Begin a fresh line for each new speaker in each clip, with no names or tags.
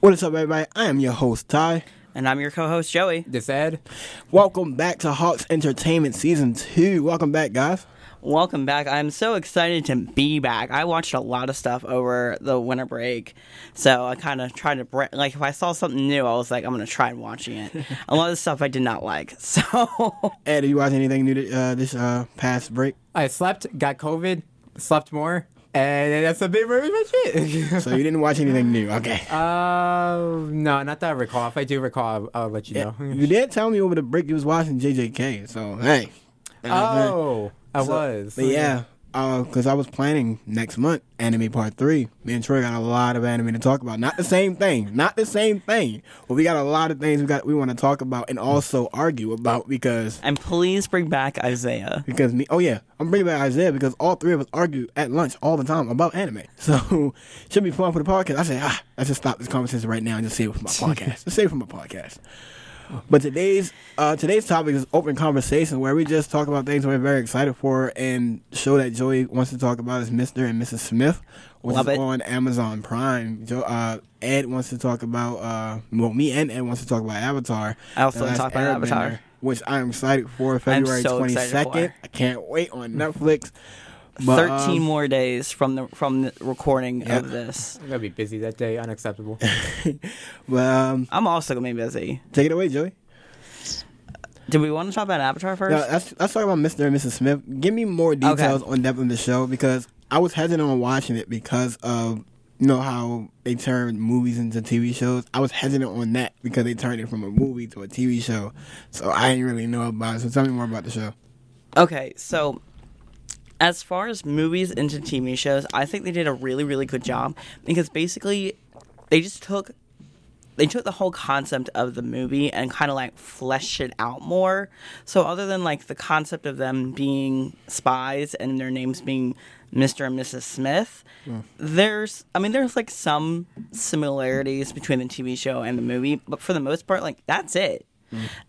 What is up, everybody? I am your host, Ty.
And I'm your co host, Joey.
This ad?
Welcome back to Hawks Entertainment Season 2. Welcome back, guys.
Welcome back. I'm so excited to be back. I watched a lot of stuff over the winter break. So I kind of tried to, bre- like, if I saw something new, I was like, I'm going to try and watching it. a lot of stuff I did not like. So,
Ed, did you watch anything new uh, this uh, past break?
I slept, got COVID, slept more, and that's a bit very much it.
So you didn't watch anything new. Okay.
uh, no, not that I recall. If I do recall, I'll, I'll let you know.
You did tell me over the break you was watching JJK. So, hey. Uh-huh.
Oh, I was.
But yeah, because I was planning next month anime part three. Me and Troy got a lot of anime to talk about. Not the same thing. Not the same thing. But we got a lot of things we got we want to talk about and also argue about because
and please bring back Isaiah.
because me. Oh yeah, I'm bringing back Isaiah because all three of us argue at lunch all the time about anime. So should be fun for the podcast. I say ah, let's just stop this conversation right now and just save it for my podcast. Just save it for my podcast. But today's uh, today's topic is open conversation, where we just talk about things we're very excited for, and show that Joey wants to talk about is Mister and Mrs. Smith, which
Love
is
it.
on Amazon Prime. Jo- uh, Ed wants to talk about uh, well, me and Ed wants to talk about Avatar.
I also
The
wanna
Last
talk about Avatar.
Airbender, which I'm excited for. February
so
twenty
excited
second.
for.
I can't wait on Netflix. But,
13
um,
more days from the from the recording of this.
I'm going to be busy that day. Unacceptable.
But um,
I'm also going to be busy.
take it away, Joey.
Do we want to talk about Avatar first?
Now, let's, let's talk about Mr. and Mrs. Smith. Give me more details on depth of the show because I was hesitant on watching it because of you know how they turned movies into TV shows. I was hesitant on that because they turned it from a movie to a TV show. So I didn't really know about it. So tell me more about the show.
Okay, so as far as movies into TV shows, I think they did a really, really good job because basically they just took they took the whole concept of the movie and kind of like fleshed it out more. So other than like the concept of them being spies and their names being Mr. and Mrs. Smith, there's I mean there's like some similarities between the TV show and the movie, but for the most part like that's it.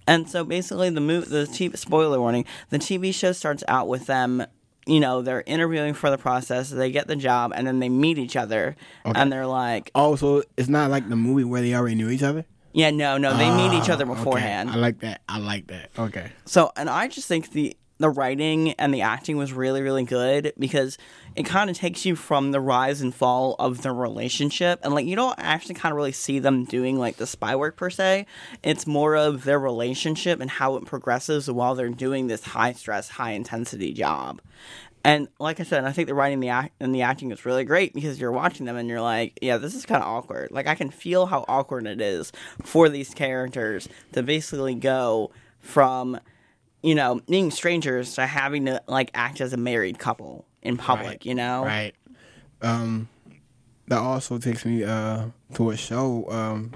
And so basically the movie the t- spoiler warning, the TV show starts out with them you know, they're interviewing for the process, they get the job, and then they meet each other. And they're like,
Also, it's not like the movie where they already knew each other.
yeah, no, no, they meet each other
Ah, Okay.
beforehand.
I like that. I like that. Okay.
So, and I just think the the writing and the acting was really, really good because it kind of takes you from the rise and fall of the relationship, and like you don't actually kind of really see them doing like the spy work per se. It's more of their relationship and how it progresses while they're doing this high stress, high intensity job. And like I said, I think the writing and the act- and the acting is really great because you're watching them and you're like, yeah, this is kind of awkward. Like I can feel how awkward it is for these characters to basically go from, you know, being strangers to having to like act as a married couple in public.
Right.
You know,
Right. Um, that also takes me uh to a show, um,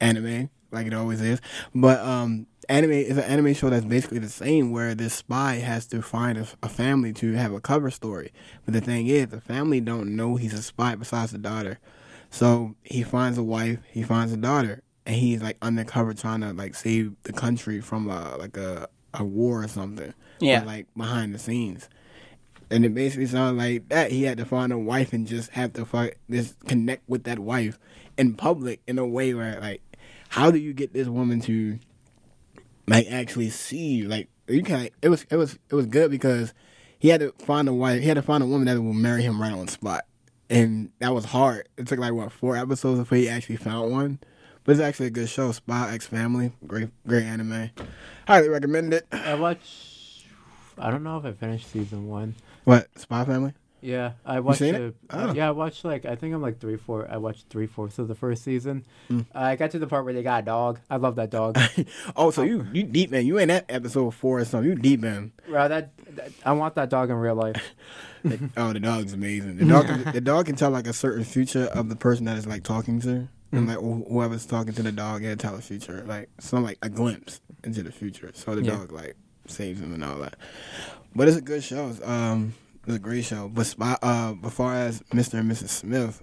anime, like it always is. But um, anime is an anime show that's basically the same, where this spy has to find a, a family to have a cover story. But the thing is, the family don't know he's a spy besides the daughter. So he finds a wife, he finds a daughter, and he's like undercover trying to like save the country from a, like a a war or something.
Yeah.
But, like behind the scenes. And it basically sounded like that he had to find a wife and just have to fight, just connect with that wife in public in a way where, like, how do you get this woman to, like, actually see you? Like, you kind of it was it was it was good because he had to find a wife, he had to find a woman that will marry him right on the spot, and that was hard. It took like what four episodes before he actually found one. But it's actually a good show, Spy X Family, great great anime, highly recommend it.
I watched. I don't know if I finished season one.
What Spy Family?
Yeah, I watched.
seen
the-
it? Oh.
Yeah, I watched like I think I'm like three four. I watched three fourths of the first season. I got to the part where they got a dog. I love that dog.
Oh, so you you deep in. You ain't at episode four or something. You deep in.
Bro, that, that I want that dog in real life.
Oh, the dog's amazing. The dog can, the dog can tell like a certain future of the person that is like talking to, and like wh- whoever's talking to the dog, it'll tell the future, like some like a glimpse into the future. So the
Yeah.
dog like saves him and all that. But it's a good show. It's, um, it's a great show. But spy, uh, as far as Mr. and Mrs. Smith,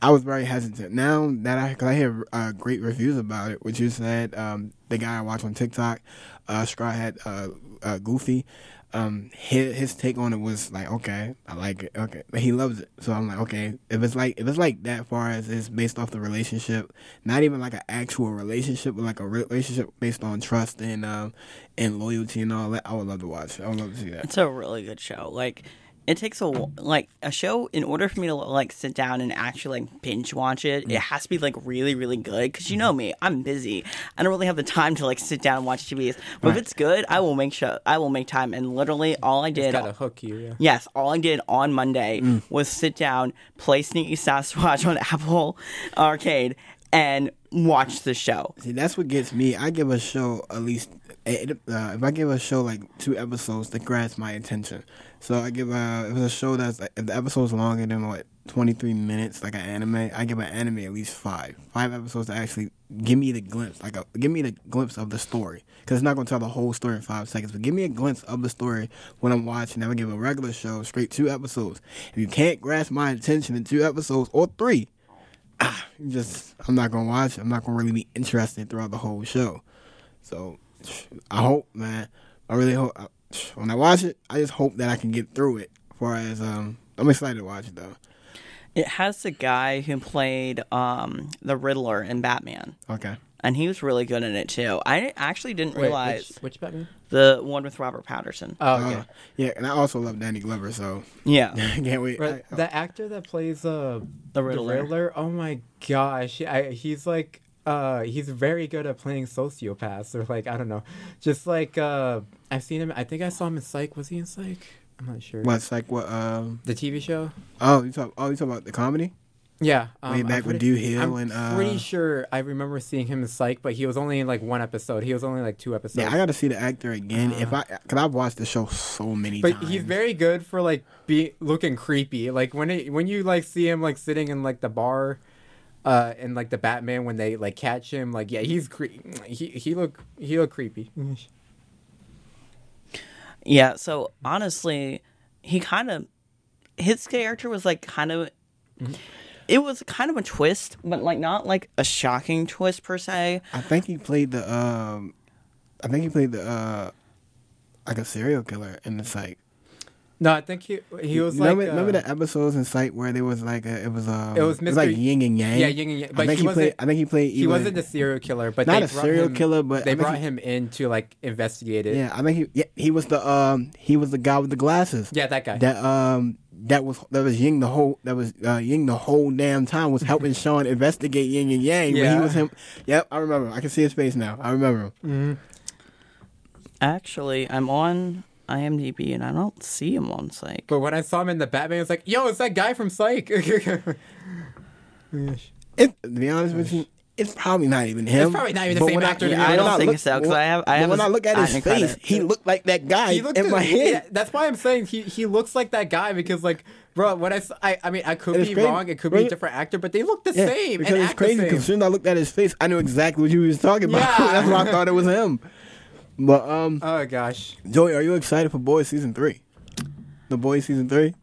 I was very hesitant. Now that I, cause I hear uh, great reviews about it, which you said, um, the guy I watched on TikTok, uh, Scry had uh, uh, Goofy. um his his take on it was like okay i like it okay But he loves it so i'm like okay if it's like if it's like that far as it's based off the relationship not even like an actual relationship but like a relationship based on trust and um and loyalty and all that i would love to watch i would love to see that
It's a really good show. Like it takes a wh- like a show in order for me to like sit down and actually like binge watch it.
Mm.
It has to be like really really good because you know me, I'm busy. I don't really have the time to like sit down and watch TVs. But if it's good, I will make show. I will make time. And literally, all I did.
Gotta hook you. Yeah.
Yes, all I did on Monday
Mm.
was sit down, play Sneaky Sasquatch on Apple Arcade, and watch the show.
see that's what gets me i give a show at least it, uh, if i give a show like two episodes that grabs my attention so i give a if it's a show that's like, if the episode's longer than what 23 minutes like an anime i give an anime at least five five episodes to actually give me the glimpse like a, give me the glimpse of the story because it's not going to tell the whole story in five seconds but give me a glimpse of the story when i'm watching i would give a regular show straight two episodes if you can't grasp my attention in two episodes or three you just I'm not gonna watch. it. I'm not gonna really be interested throughout the whole show. So I hope, man. I really hope I, when I watch it, I just hope that I can get through it. Far as um, I'm excited to watch it though.
It has the guy who played um, the Riddler in Batman.
Okay,
and he was really good in it too. I actually didn't
Wait,
realize
which, which Batman?
the one with Robert Patterson.
Oh,
Uh,
okay.
yeah, and I also love Danny Glover, so
yeah,
can't wait.
Right,
I- oh.
the actor that plays uh,
The Riddler.
oh my gosh, I, he's like uh, he's very good at playing sociopaths or like I don't know, just like uh, I've seen him. I think I saw him in Psych. Was he in Psych? I'm not sure.
what's like what? Um,
The TV show?
oh, you talk. Oh, you talk about the comedy?
Yeah, um,
Way
I'm
back with
pretty-
Doo Hill
I'm
and, uh,
pretty sure I remember seeing him in Psych, but he was only in like one episode. He was only in, like two episodes.
Yeah, I got to see the actor again. if I, cause I've watched the show so many
Uh-huh. But
times.
he's very good for like be looking creepy. Like when it, when you like see him like sitting in like the bar, uh, and like the Batman when they like catch him, like yeah, he's cre- he he look he look creepy.
yeah. So honestly, he kind of his character was like kind of. It was kind of a twist, but like not like a shocking twist per se.
I think he played the um, I think he played the uh, like a serial killer in the psych.
No, I think he he was
remember,
like
remember
uh,
the episodes in Sight where there was like a, it was um,
It was
like
Mr.
yin and yang.
Yeah, yin and yang, but
I think
he
he, played.
wasn't-
I think he played.
he
either-
wasn't a serial killer, but
Not
they
a
brought
serial
him-
killer, but I
they
think
brought
he-
him in to like investigate it.
Yeah, I think he. Yeah, he was the um. He was the guy with the glasses.
Yeah, that guy.
That um. That was that was Ying the whole that was uh, Ying the whole damn time was helping Sean investigate Yin and Yang. but
Yeah. Mm.
he was him. Yep, I remember. him. I can see his face now. I remember him.
Actually, I'm on IMDb and I don't see him on Psych.
But when I saw him in the Batman, I was like, "Yo, it's that guy from Psych."
It, to be honest with you, it's probably not even him.
probably not even the
But
same
when
actor, to
yeah,
be
when
honest. I
don't think
look-
so, 'cause I have- I
but
have
when
his
I look at his
acting
face,
credit.
he looked like that guy
he looked
in my
yeah,
head.
that's why I'm saying he, he looks like that guy because like bro, when I s- I, I mean I could
And
be
it's crazy-
wrong, it could be
right?
a different actor, but they look the
Yeah,
same
Because
and
it's
act the
crazy.
same.
Because soon I looked at his face, I knew exactly what you was talking about.
Yeah.
That's why I thought it was him. But um,
oh gosh,
Joey, are you excited for Boys season three? The Boys season three.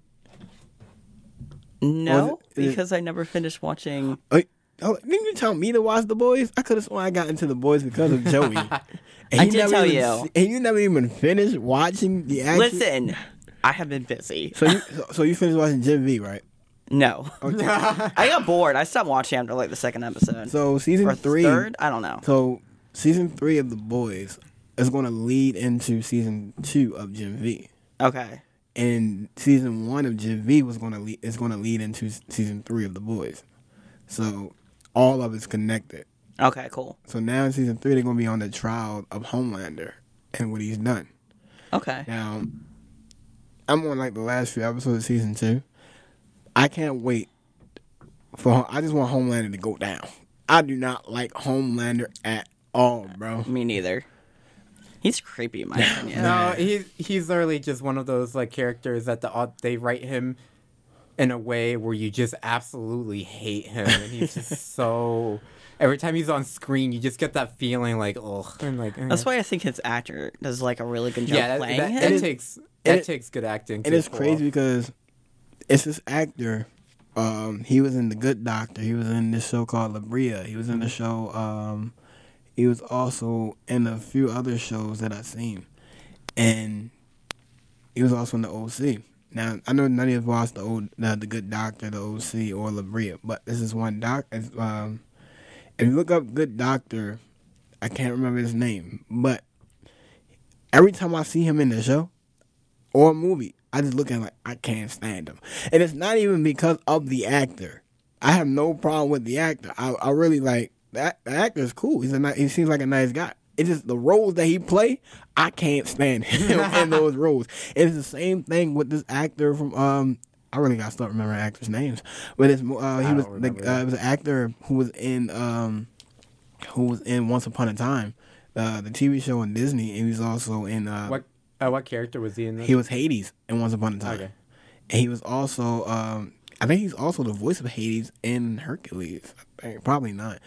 No,
is it-
because I never finished watching.
Oh, oh, didn't you tell me to watch the Boys? I could have sworn I got into the Boys because of Joey. And
I
you
did
never
tell
even
you.
se- and you never even finished watching the action.
Listen, I have been busy.
So you, so, so you finished watching Gen V, right?
No, I got bored. I stopped watching after like the second episode.
So season
or
three.
third? I don't know.
So season three of the Boys is going to lead into season two of Gen V.
Okay.
and season one of Gen V was gonna lead is gonna lead into s- season three of The Boys, so all of it's connected.
Okay, cool.
So now in season three they're gonna be on the trial of Homelander and what he's done.
Okay.
Now I'm on like the last few episodes of season two. I can't wait for I just want Homelander to go down. I do not like Homelander at all, bro.
Me neither. He's creepy in my opinion.
no, he's he's literally just one of those like characters that the au- they write him in a way where you just absolutely hate him, and he's just so. Every time he's on screen, you just get that feeling like, ugh, and like eh.
That's why I think his actor does like a really good job
yeah, that,
playing
that,
him.
that
is-
takes that
it-
takes good acting.
And
to
it's
pull
crazy
off.
because it's this actor. Um, he was in The Good Doctor. He was in this show called La Brea. He was in the show. Um, he was also in a few other shows that I've seen. And He was also in the OC. Now I know none of us watched the old, the, the Good Doctor, the OC, or La Brea, but this is one doc. It's, um, if you look up Good Doctor, I can't remember his name, but every time I see him in the show or a movie, I just look at him like I can't stand him, and it's not even because of the actor. I have no problem with the actor. I, I really like that. The actor's cool. He's a ni- he seems like a nice guy. It's just the roles that he play. I can't stand him in those roles. It's the same thing with this actor from um. I really gotta start remembering actors' names, but it's mo- uh, he
don't
was
remember
the, uh, it was an actor who was in um who was in Once Upon a Time, uh, the TV show on Disney, and he was also in uh,
What uh, what character was he in this?
he was Hades in Once Upon a Time.
Okay.
And he was also, um, I think he's also the voice of Hades in Hercules. I think. Probably not.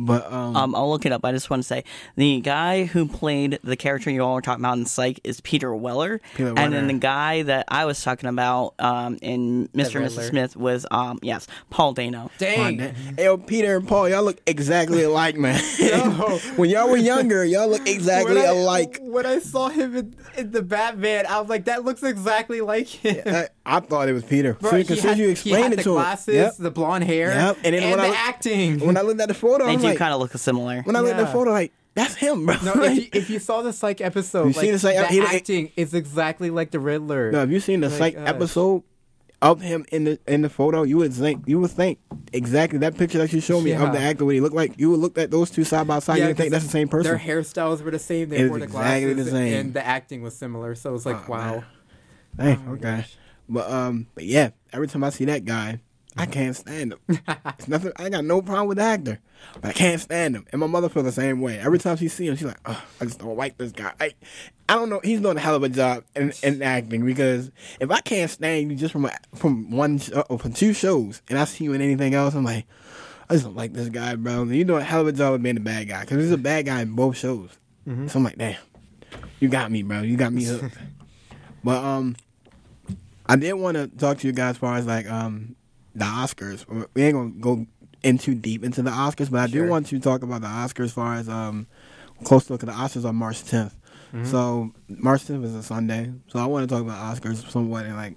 But um,
Um, I'll look it up. I just want to say the guy who played the character you all were talking about in Psych is Peter Weller,
Peter
and then
Weller.
the guy that I was talking about um, in Mr. and
Riddler.
Mrs. Smith was um, yes, Paul Dano.
my
Dang.
dad- hey, yo, Peter and Paul, y'all look exactly alike, man. when y'all were younger, y'all look exactly
when I,
alike.
When I saw him in, in the Batman, I was like, that looks exactly like him.
I, I thought it was Peter.
Bro,
Soon- 'cause
he
soon
had,
as you
he
explained
had
it
the
to him,
glasses,
yep.
the blonde hair,
Yep,
and,
and then when
the
I look-
acting.
when I looked at the photo,
They
I'm
do
like,
kind of look similar.
when I looked at the
Yeah.
photo, like that's him, bro.
no, if
Like-
you, if you saw the Psych episode,
You
like,
seen the Psych-
the
he-
acting is exactly like the Riddler.
No, have you seen the
My
psych
gosh.
episode of him in the in the photo? You would think you would think exactly that picture that you showed me
Yeah.
of the actor what he looked like. You would look at those two side by side. you would
'cause
think that's the same
Their
person.
hairstyles were the same. They
It
wore
was
the
exactly the
glasses,
same.
and the acting was similar. So it was like,
Oh,
wow.
man. Dang, okay, but um, but yeah, every time I see that guy, I can't stand him. it's nothing. I got no problem with the actor, but I can't stand him. And my mother feels the same way. Every time she sees him, she's like, Ugh, I just don't like this guy. I, I don't know. He's doing a hell of a job in, in acting because if I can't stand you just from a, from one sh- or from two shows, and I see you in anything else, I'm like. I just don't like this guy, bro. You do a hell of a job of being the bad guy because he's a bad guy in both shows. So I'm like, damn, you got me, bro. You got me hooked. but um, I did want to talk to you guys as far as like um the Oscars. We ain't gonna go in too deep into the Oscars, but I
Sure.
do want to talk about the Oscars as far as um close look at the Oscars on March 10th. So March 10th is a Sunday, so I want to talk about Oscars somewhat in like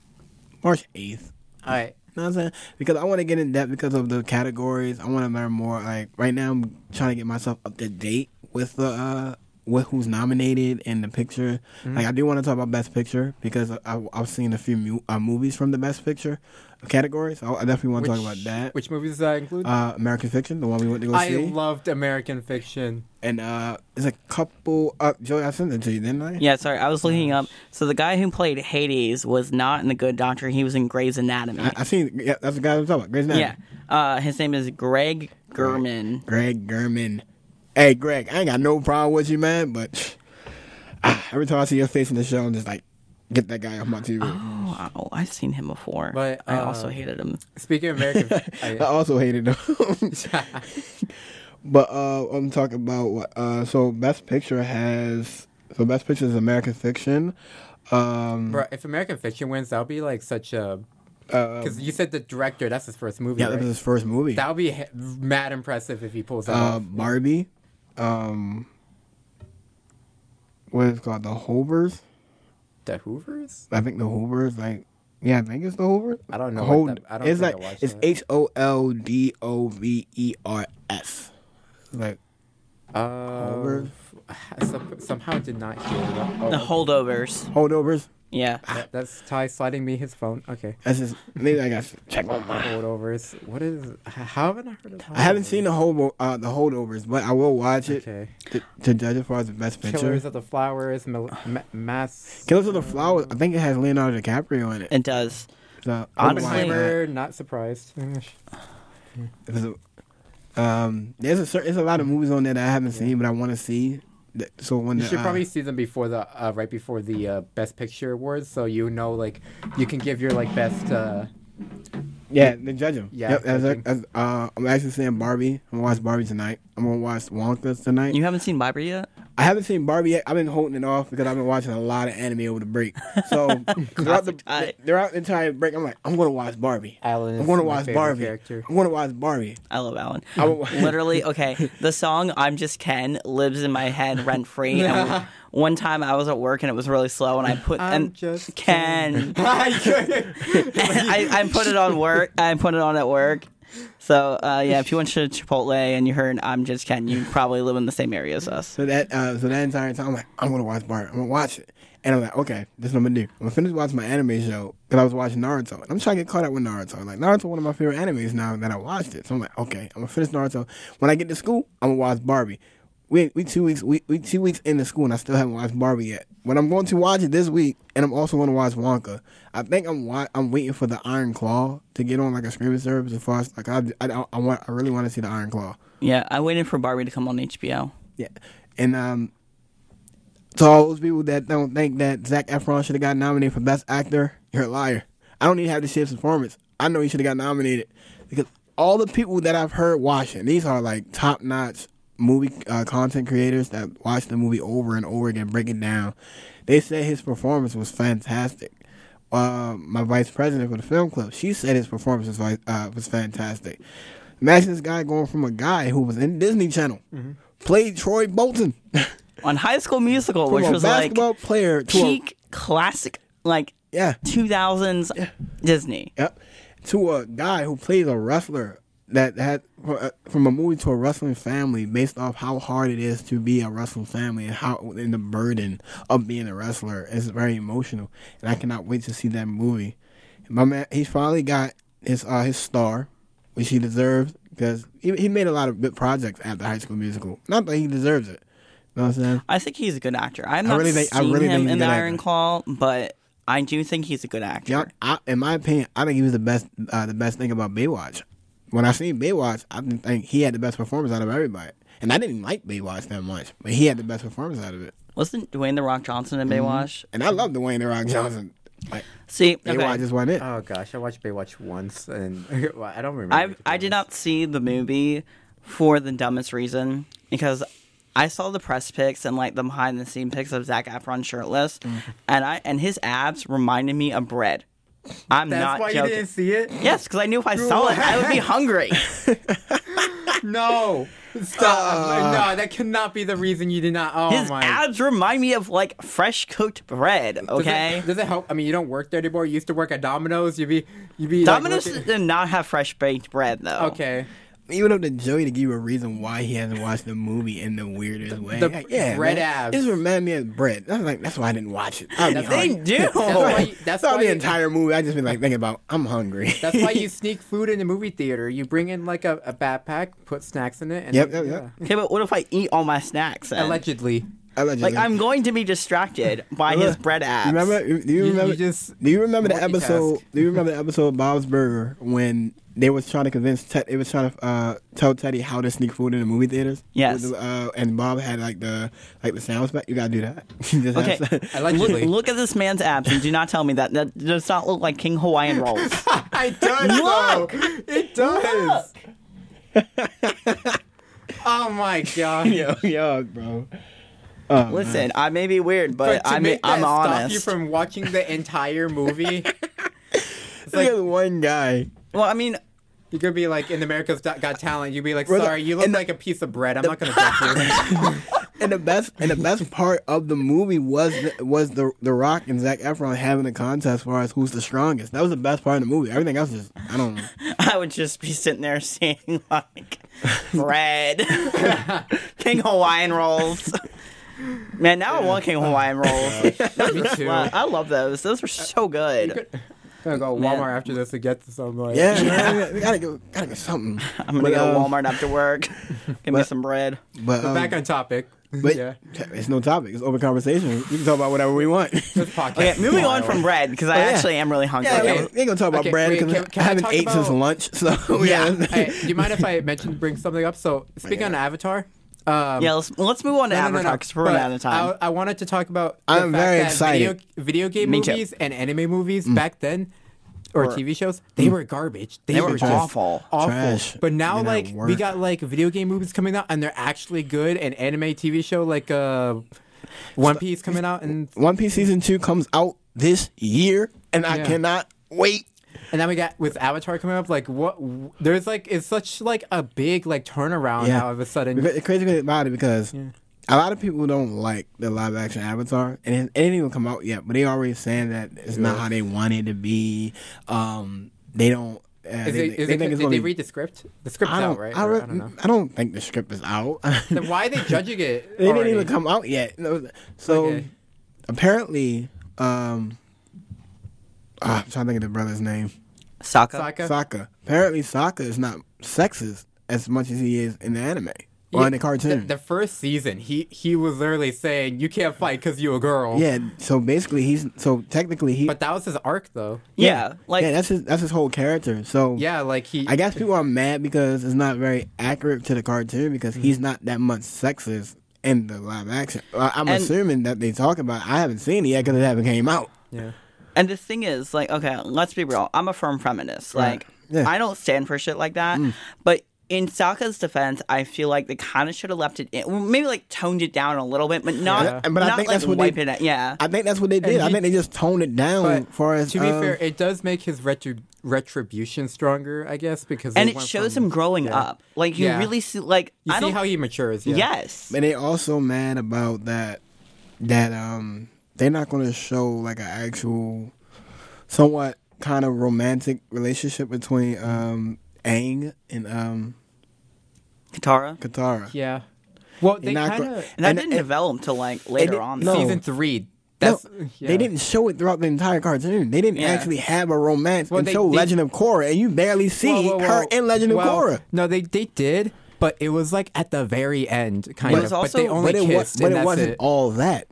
March 8th.
All right.
You know what I'm saying? Because I want to get in depth because of the categories. I want to learn more. Like right now, I'm trying to get myself up to date with the uh, with who's nominated and the picture.
Mm-hmm.
Like I do want to talk about best picture because I, I, I've seen a few mu- uh, movies from the best picture categories. I, I definitely want to talk about that.
Which movies does that include?
uh, American Fiction, the one we went to go
I
see,
loved American Fiction.
and uh, there's a couple. Uh, Joey, I sent it to you, didn't I?
Yeah, sorry, I was looking up. So the guy who played Hades was not in The Good Doctor. He was in Grey's Anatomy.
I, I seen. Yeah, that's the guy I'm talking about. Grey's Anatomy.
yeah, uh, his name is Greg Gurman.
Greg Gurman. Hey, Greg, I ain't got no problem with you, man, but ah, every time I see your face in the show, I'm just like, get that guy off my TV.
Oh, oh, I've seen him before.
But,
I
uh,
also hated him.
Speaking of American,
I
I,
also hated him. but uh, I'm talking about what? Uh, so, Best Picture has. So, Best Picture is American Fiction. Um,
bro, if American Fiction wins, that'll be like such a. Because you said the director, that's his first movie.
Uh, yeah, that
right?
was his first movie.
That'll be he- mad impressive if he pulls that
uh,
off.
Barbie. Um, what is it called? The Hovers?
The Hoovers?
I think the Hoovers, like yeah, I think it's the Hoovers.
I don't know what
Hold,
that- I don't
it's
think I
like
watched
it's
that.
H O L D O V E R S. Like
Uh, some- somehow did not hear that. Oh,
The holdovers.
holdovers.
Yeah.
that- That's Ty sliding me his phone. Okay.
That's just maybe I got to check Oh my mind.
Holdovers. What is? h- How haven't I heard of?
I haven't seen the whole uh, the holdovers, but I will watch it
Okay.
to, to judge it for as the best picture.
Killers
Killers
of the Flowers. Mel- ma- mass.
of the Flowers. I think it has Leonardo DiCaprio in it.
It does.
So, I would watch that.
Oppenheimer. Not surprised.
It was a- um, there's a certain, there's a lot of movies on there that I haven't seen, but I want to see. That- So when
You
the,
should
uh,
probably see them before the uh, right before the uh, Best Picture awards, so you know like you can give your like best. Uh,
Yeah, they judge him.
Yeah,
Yeah, yep, as,
judge him.
as, uh, I'm actually seeing Barbie. I'm gonna watch Barbie tonight. I'm gonna watch Wonka tonight.
You haven't seen Barbie yet?
I haven't seen Barbie yet. I've been holding it off because I've been watching a lot of anime over the break. So throughout the
Classic type.
throughout the entire break, I'm like, I'm gonna watch Barbie.
Alan
I'm
is
gonna
my
watch
favorite
Barbie.
character.
I'm gonna watch Barbie.
I love Alan.
will-
Literally, okay. The song "I'm Just Ken" lives in my head rent free. And one time I was at work and it was really slow, and I put
I'm
and
just
Ken.
I
I, I put it on work. I put it on at work. So uh, yeah, if you went to Chipotle and you heard "I'm Just Ken," you probably live in the same area as us.
So that uh, so that entire time, I'm like, I'm gonna watch Barbie. I'm gonna watch it, and I'm like, okay, this is what I'm gonna do. I'm gonna finish watching my anime show because I was watching Naruto, and I'm trying to get caught up with Naruto. Like Naruto, one of my favorite animes now that I watched it. So I'm like, okay, I'm gonna finish Naruto. When I get to school, I'm gonna watch Barbie. We we two weeks we, we two weeks into school, and I still haven't watched Barbie yet. But I'm going to watch it this week, and I'm also gonna watch Wonka. I think I'm wa- I'm waiting for the Iron Claw to get on like a streaming service. As far as like I I, I want I really want to see the Iron Claw.
Yeah, I waited for Barbie to come on HBO.
Yeah, and um, to all those people that don't think that Zach Efron should have got nominated for Best Actor, you're a liar. I don't need to have this shit's performance. I know he should have got nominated because all the people that I've heard watching these are like top notch movie uh, content creators that watch the movie over and over again, break it down. They said his performance was fantastic. Uh, my vice president for the film club, she said his performance was like, uh, was fantastic. Imagine this guy going from a guy who was in Disney Channel, played Troy Bolton,
on High School Musical,
from
which
a
was like
basketball player to a
peak classic, like
Yeah.
2000s Disney.
Yep. To a guy who plays a wrestler that had uh, from a movie to a wrestling family based off how hard it is to be a wrestling family and how and the burden of being a wrestler is very emotional and I cannot wait to see that movie. My man, he finally got his uh, his star, which he deserves because he he made a lot of good projects after High School Musical. Not that he deserves it. You know what I'm saying?
I think he's a good actor. I'm not
really
really
think- I
seen
really think
him
he's a
in The
good
Iron
actor.
Claw, but I do think he's a good actor.
John, I, in my opinion, I think he was the best. Uh, the best thing about Baywatch. When I seen Baywatch, I didn't think he had the best performance out of everybody. And I didn't like Baywatch that much, but he had the best performance out of it.
Wasn't Dwayne the Rock Johnson in
Mm-hmm.
Baywatch?
And I love Dwayne the Rock Johnson. Like
See, okay.
Baywatch is one it.
oh gosh, I watched Baywatch once, and well, I don't remember.
I
to be
I did
honest.
not see the movie for the dumbest reason because I saw the press pics and like the behind the scene pics of Zach Efron shirtless, and I and his abs reminded me of bread. I'm
That's
not
why
joking.
you didn't see it.
Yes, because I knew if I saw it, I would be hungry.
No, stop. no, that cannot be the reason you did not. Oh
His
my.
abs remind me of like fresh cooked bread.
Does it-
Okay,
Does it, help? I mean, you don't work there anymore. You used to work at Domino's. You be, you be. like,
Domino's
working-
did not have fresh baked bread though.
okay.
Even up to Joey to give you a reason why he hasn't watched the movie in the weirdest way.
the
Like, yeah,
bread
man,
abs.
This reminded me of bread. That's like that's why I didn't watch it. I'd be
they
hungry.
do.
That's why. You,
That's
that's
not
why
the
you-
entire movie. I just been like thinking about I'm hungry.
That's why you sneak food in the movie theater. You bring in like a, a backpack, put snacks in it, and
Yep, yep,
yeah.
yep.
Okay, but what if I eat all my snacks? Then?
Allegedly,
Allegedly.
Like I'm going to be distracted by his bread abs.
Uh, Remember? Do you
you
remember?
just
do you remember the
multitask.
episode? Do you remember the episode of Bob's Burger when they was trying to convince Ted? They was trying to uh, tell Teddy how to sneak food in the movie theaters.
Yes.
With the, uh, and Bob had like the like the sound back. You gotta do that. You just have
Okay.
to-
allegedly.
Look, look at this man's abs and do not tell me that. That does not look like King Hawaiian rolls.
it does.
Look!
though. it does. oh my god!
yo, yo, bro.
Listen, I may be weird, but,
Oh, But to
I mean,
make that
I'm
stop you
honest.
from watching the entire movie. It's
Look
like
at the one guy.
Well, I mean,
you could be like in America's Got Got Talent. You'd be like,
Brother,
sorry, you look
and the-
like a piece of bread. I'm not gonna judge you.
And the best and the best part of the movie was the, was the the Rock and Zach Efron having a contest as far as who's the strongest. That was the best part of the movie. Everything else is I don't know.
I would just be sitting there seeing like bread, King Hawaiian rolls. Man, now I want King Hawaiian
Oh,
rolls.
Me too.
Wow, I love those. Those are so good.
gonna go to
Man.
Walmart after this to get some. Like,
Yeah, man, we gotta go, gotta go something. um,
I'm gonna go to
um,
Walmart after work. Give me some bread.
But, um,
Back on topic.
but
yeah.
it's no topic. It's open conversation. We can talk about whatever we want.
This podcast
Okay, moving on
wild.
from bread because I
Oh,
yeah.
actually am really hungry.
yeah, we
Okay.
ain't- we ain't gonna talk about
Okay,
bread
wait,
because
can- can
I
I
haven't
talk
ate since
about-
lunch. So yeah,
Hey, do you mind if I mention bring something up? So
Oh,
speaking on Avatar, um,
Yeah, let's, let's move on to
no, no, no, no,
Avatar because we're running
but
out of time.
I, I wanted to talk about.
I'm
the fact
very
that
excited. Mm.
Video, video game
Me too.
movies and anime movies back then or, TV shows, they were garbage. They,
They
were,
were
just
awful.
awful.
Trash.
But now,
Didn't
like we
work.
got like video game movies coming out, and they're actually good. And anime TV show like uh, One Piece coming out, and
One Piece season two comes out this year, and I
Yeah.
cannot wait.
and then we got with Avatar coming up. Like what? There's like it's such like a big like turnaround now. All of a sudden,
Because- the crazy thing about it because a lot of people don't like the live action Avatar, and it, it didn't even come out yet. But they already saying that it's not how they want it to be. Um, they don't. Uh,
is
they,
it, is
they
it,
think
did
it's
they
gonna be-
read the script? The script's
I don't,
out, right?
I,
Or-
re-
I don't know.
I don't think the script is out.
Then why are they judging it?
It didn't
already?
even come out yet. No, So
Okay.
apparently, um, ah, I'm trying to think of the brother's name.
Sokka.
Sokka?
Sokka. Apparently, Sokka is not sexist as much as he is in the anime or
Yeah,
in the cartoon.
The, the first season, he he was literally saying you can't fight because you a girl.
yeah. So basically, he's so technically he.
But that was his arc, though.
Yeah, like
yeah, that's his that's his whole character. So
Yeah, like he.
I guess people are mad because it's not very accurate to the cartoon because
Mm-hmm.
he's not that much sexist in the live action. I- I'm
And-
assuming that they talk about. I haven't seen it yet because it haven't came out.
Yeah.
And the thing is, like, okay, let's be real. I'm a firm feminist. Like,
Yeah. Mm.
I don't stand for shit like that. But in Sokka's defense, I feel like they kind of should have left it in, well, maybe like toned it down a little bit, but not,
Yeah. But I
not
think
like
that's what they-
wipe it out. Yeah.
I think that's what they did. I
he-
think they just toned it down
But
for as
to be
um,
fair, it does make his retri- retribution stronger, I guess, because
and
they
it
went
shows
from-
him growing
yeah.
up. Like, you
Yeah.
really see, like,
You
I
see
don't.
how he matures. Yeah.
Yes.
And they also mad about that that um they're not gonna show like an actual somewhat kind of romantic relationship between um Aang and um
Katara.
Katara.
Yeah. Well,
They're
they
not
kind
go-
of
And that
And-
didn't
and-
develop until like
did-
later on.
no.
though.
season three.
No,
That's yeah.
They didn't show it throughout the entire cartoon. They didn't
Yeah.
actually have a romance
Well, they-
until
they-
Legend of Korra, and you barely see
Whoa, whoa, whoa.
her in Legend
Well,
of Korra.
No, they they did, but it was like at the very end, kind
But
of.
it's
but
also-
they only
But it, was,
kissed,
but
and
it
that's
wasn't
it.
all that.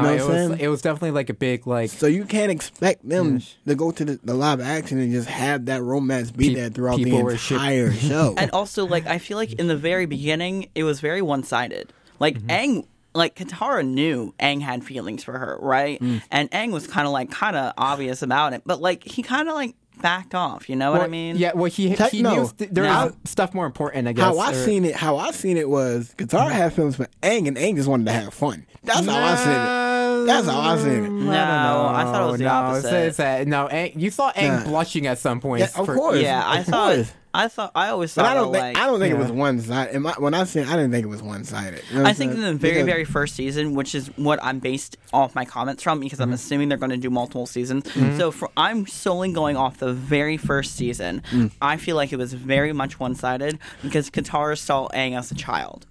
Know what
it
I'm
was
saying?
it was definitely like a big like.
So you can't expect them to go to the, the live action and just have that romance be
Pe-
there throughout the
people were shit-
entire show.
and also like I feel like in the very beginning it was very one sided. Like
Mm-hmm.
Aang like Katara knew Aang had feelings for her, right?
Mm.
And Aang was kinda like kinda obvious about it. But like he kinda like backed off, you know what I
Well,
mean?
Yeah, well, he,
Tech-
he
no.
knew st- there
No.
was stuff more important, I guess.
How I
or-
seen it, how I seen it was Katara had feelings for Aang, and Aang just wanted to have fun. That's how I seen it. That's how I seen it.
No, I thought it was the
no,
opposite.
it's- it's that- no, Aang, you saw Aang blushing at some point.
Yeah, of
for-
course.
Yeah, I
Of
thought
course.
I thought I always thought
But I don't
that,
think
like
I don't think it was one sided. When I seen, it, I didn't think it was one sided.
I think in the very, very first season, which is what I'm based off my comments from, because
Mm-hmm.
I'm assuming they're going to do multiple seasons. So for, I'm solely going off the very first season.
Mm.
I feel like it was very much one sided because Katara saw Aang as a child.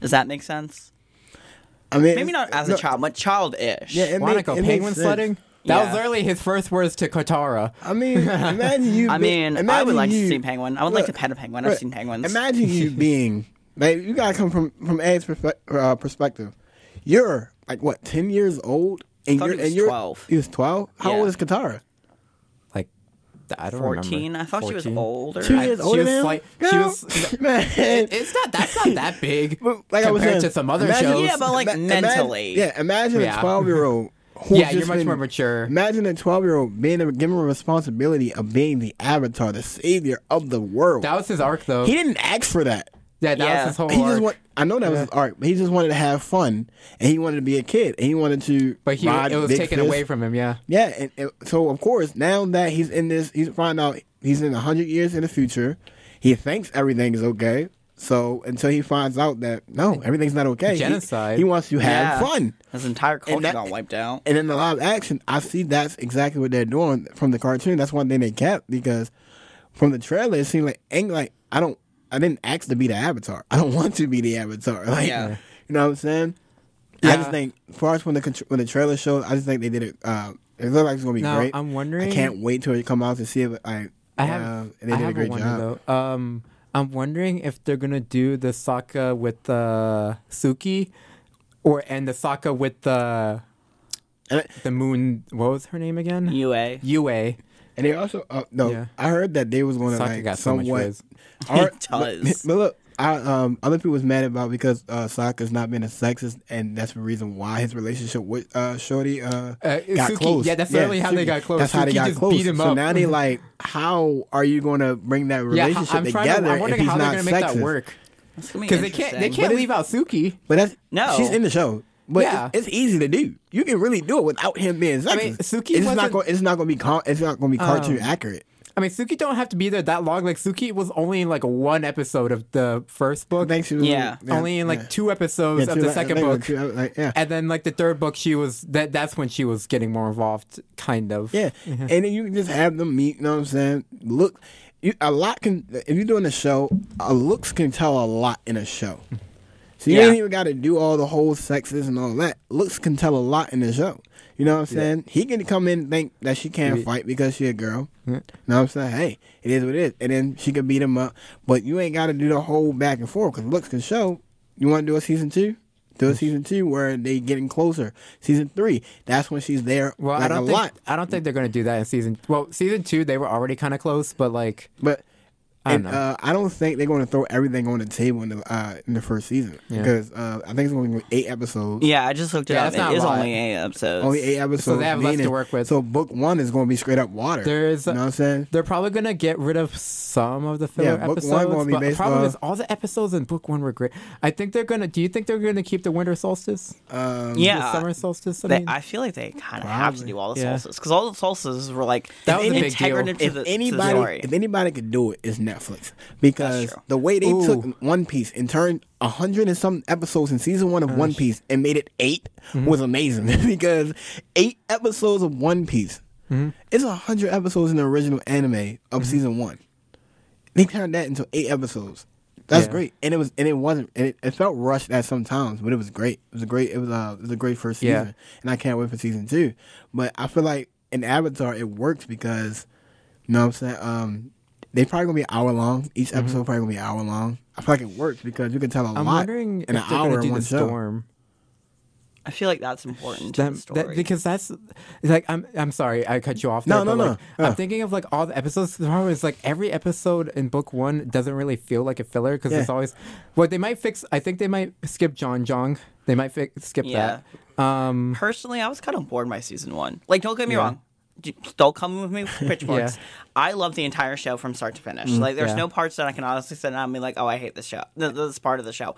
Does that make sense?
I mean,
Maybe not as a
no,
child, but childish.
Yeah, it made-
Wanako
it made
penguin
sense.
sledding? That was
Yeah.
literally his first words to Katara.
I mean, imagine you.
I
be-
mean, I
imagine
would like
you-
to see penguin. I would like
Look,
to pet a penguin.
Right.
I've seen penguins.
Imagine you being like you gotta come from from Ed's perspe- uh, perspective. You're like what ten years old, and
thought
you're
he was
and you're
12.
He was twelve. How
Yeah.
old is Katara?
Like, I don't remember.
14. I thought she
14?
was older.
Two
I-
years
she
older
was
than him?
slight- she
Girl,
was-
man.
It's not, that's not that big
But like I was saying,
compared to some other
imagine-
shows.
Yeah, but like
Ima- imagine-
mentally.
yeah, imagine a
Yeah.
twelve year old.
Yeah, you're much more mature.
Imagine a twelve year old being given the responsibility of being the avatar, the savior of the world.
that was his arc, though.
he didn't ask for that.
yeah, that
Yeah.
was his whole
He just
arc.
want. I know that was his art, but he just wanted to have fun, and he wanted to be a kid, and he wanted to.
but he,
ride
it was
big
taken
fish.
away from him, yeah.
Yeah, and, and so of course now that he's in this, he's finding out he's in hundred years in the future. He thinks everything is okay. So until he finds out that no, everything's not okay. he-
Genocide.
He, wants to have
Yeah.
fun.
His entire culture
that-
got wiped out.
And in the live action, I see that's exactly what they're doing from the cartoon. That's one thing they kept because from the trailer, it seemed like Aang, like I don't, I didn't ask to be the Avatar. I don't want to be the Avatar. Like,
Yeah.
you know what I'm saying? I just
Yeah.
think, as far as when the contr- when the trailer showed, I just think they did it. Uh, it looked like it's gonna be
Now,
great.
I'm wondering-
I can't wait till it come out to see it. Like,
I have,
uh, and they
I
did a
have
great
wonder
job.
though. Um, I'm wondering if they're gonna do the Sokka with uh, Suki, or and the Sokka with the
And,
the moon. What was her name again?
UA.
Yue.
and they also, uh, no,
Yeah.
I heard that they was gonna
Sokka
like
got so much
somewhat.
whiz.
Art-
does.
But, but look, I, um, other people was mad about because uh, Sokka's not been a sexist, and that's the reason why his relationship with uh, Shorty uh,
Uh,
got
Suki.
close.
Yeah, that's literally how they got close.
That's how they
Suki
got
just
close.
beat him
so
up.
now they like, how are you going to bring that
Yeah,
relationship
I'm trying
together
to. I'm
if
wondering
he's
how they're
not
gonna
sexist?
make that work because they can't. They can't
But
leave out Suki.
But that's
No.
she's in the show. But
Yeah.
it's, it's easy to do. You can really do it without him being sexist.
mean, Suki
it's not
wasn't- Um,
going. It's not going to be. Con- it's not going to be cartoon accurate.
I mean, Suki don't have to be there that long. Like Suki was only in like one episode of the first book.
Thanks. you-
Yeah.
only in like two
yeah,
episodes
two-
of the
like-
second
like,
book.
two- uh, like, yeah.
and then like the third book, she was that. That's when she was getting more involved, kind of. Mm-hmm.
Yeah. And then you can just have them meet, you know what I'm saying? Look, you, a lot can, if you're doing a show, a looks can tell a lot in a show. So you
Yeah.
ain't even got to do all the whole sexes and all that. Looks can tell a lot in a show. You know what I'm saying? He can come in and think that she can't fight because she a girl. You know what I'm saying? Hey, it is what it is. And then she can beat him up. But you ain't got to do the whole back and forth because looks can show. You want to do a season two? Do a season two where they getting closer. Season three, that's when she's there
Well,
like
I don't
a
think
lot.
I don't think they're gonna do that in season. Well, season two they were already kind of close, but like
But
I
and,
don't know.
uh, I don't think they're going to throw everything on the table in the uh, in the first season because uh, I think it's going to be eight episodes.
Yeah, I just looked it
Yeah,
up.
that's not
It is
a lot.
only eight episodes.
Only eight episodes.
have less to
meaning-
work with.
So book one is going to be straight up water.
There is-
you know what I'm saying.
they're probably gonna get rid of some of the filler
Yeah, book one
episodes.
gonna be
but the
based
problem
off-
is all the episodes in book one were great. I think they're gonna. Do you think they're gonna keep the winter solstice?
Um,
the
yeah,
summer solstice. I
They,
mean?
I feel like they kind of have to
Probably.
do all the
Yeah.
solstices because all the solstices were like
That was a big deal.
integrated to
if
the, to the
anybody
story.
if anybody could do it, it's Netflix because
That's true.
the way they
Ooh.
took One Piece and turned a hundred and some episodes in season one of One Piece and made it 8
Mm-hmm.
was amazing because eight episodes of One Piece
Mm-hmm.
it's a hundred episodes in the original anime of season one. They turned that into eight episodes. That's
Yeah.
great, and it was and it wasn't and it, it felt rushed at some times, but it was great. It was a great it was a it was a great first
Yeah.
season, and I can't wait for season two. But I feel like in Avatar it worked because you know what I'm saying? Um, they probably gonna be an hour long. Each episode probably gonna be an hour long. I feel like it works because you can tell a
Mm-hmm. I'm
lot
wondering
in an
if they're
hour
gonna
in
do
one
the
show.
storm.
I feel like that's important to
That-
the
that-
story.
because that's like I'm I'm sorry I cut you off.
No,
there,
no,
but,
no.
like,
Yeah.
I'm thinking of like all the episodes. The problem is like every episode in book one doesn't really feel like a filler because
Yeah.
it's always. Well, they might fix. I think they might skip John Jong. They might fi- skip
Yeah.
that. Um,
Personally, I was kind of bored by season one. Like, don't get me wrong. D- Don't come with me with pitchforks.
Yeah. Mm,
I love the entire show from start to finish. like, there's
yeah.
no parts that I can honestly sit down and be like, "Oh, I hate this show, th- this part of the show."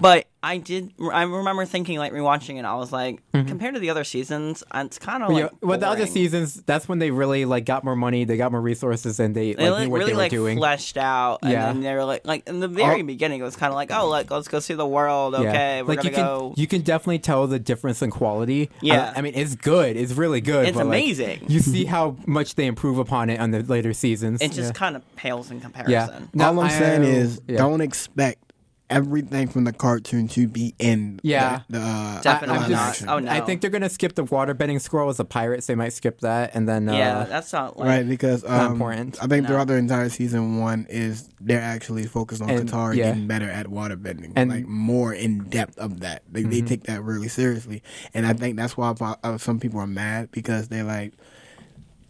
But I did. I remember thinking, like, rewatching it, I was like, compared to the other seasons, it's kind of
yeah,
like
Mm-hmm. well, the other
boring.
seasons, that's when they really like got more money. They got more resources, and they like,
They
knew
like,
what
really
they were
like
doing.
fleshed out, and
Yeah.
then they were like, like in the very beginning, it was kind of like, "Oh, like let's go see the world." Okay,
Yeah.
we're
like
gonna
you can
go.
you can definitely tell the difference in quality. I-
Yeah.
I, mean it's good. It's really good.
It's
but, like,
amazing.
you see how much they improve upon it on the later seasons.
it just
Yeah.
kind of pales in comparison.
No,
All I'm saying
I-
is,
yeah.
don't expect everything from the cartoon to be in.
Yeah.
the, the, uh,
Definitely
live
I'm
not.
action.
Oh no,
I think they're gonna skip the water bending squirrel as a pirate, so they might skip that, and then uh,
yeah, that's not like
Right, because um,
important.
I think throughout their entire season one is they're actually focused on
And-
Qatar
yeah.
getting better at waterbending,
And- Mm-hmm.
like more in depth of that. They, they take that really seriously, and I think that's why po- uh, some people are mad because they're like,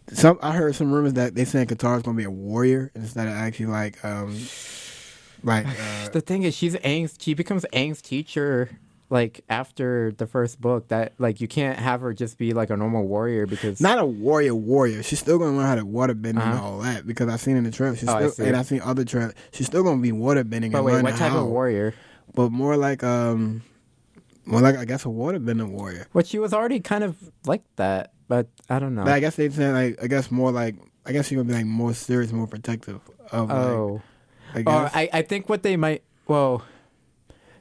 some I heard some rumors that they saying Qatar is going to be a warrior instead of actually like, um, like uh,
the thing is, she's Aang's. She becomes Aang's teacher. Like after the first book, that like you can't have her just be like a normal warrior because
not a warrior warrior. She's still gonna learn how to waterbend and all that because I've seen in the trailer. She's
Uh-huh. Oh, I
still,
see.
and I've seen other trailers. She's still gonna be waterbending
But
and
wait,
learn
what type
how.
of warrior?
but more like um, more like I guess a waterbending warrior.
But she was already kind of like that, but I don't know.
But I guess they saying like I guess more like I guess she's gonna be like more serious, more protective of
oh.
like, I
Or
guess.
I, I think what they might. Whoa.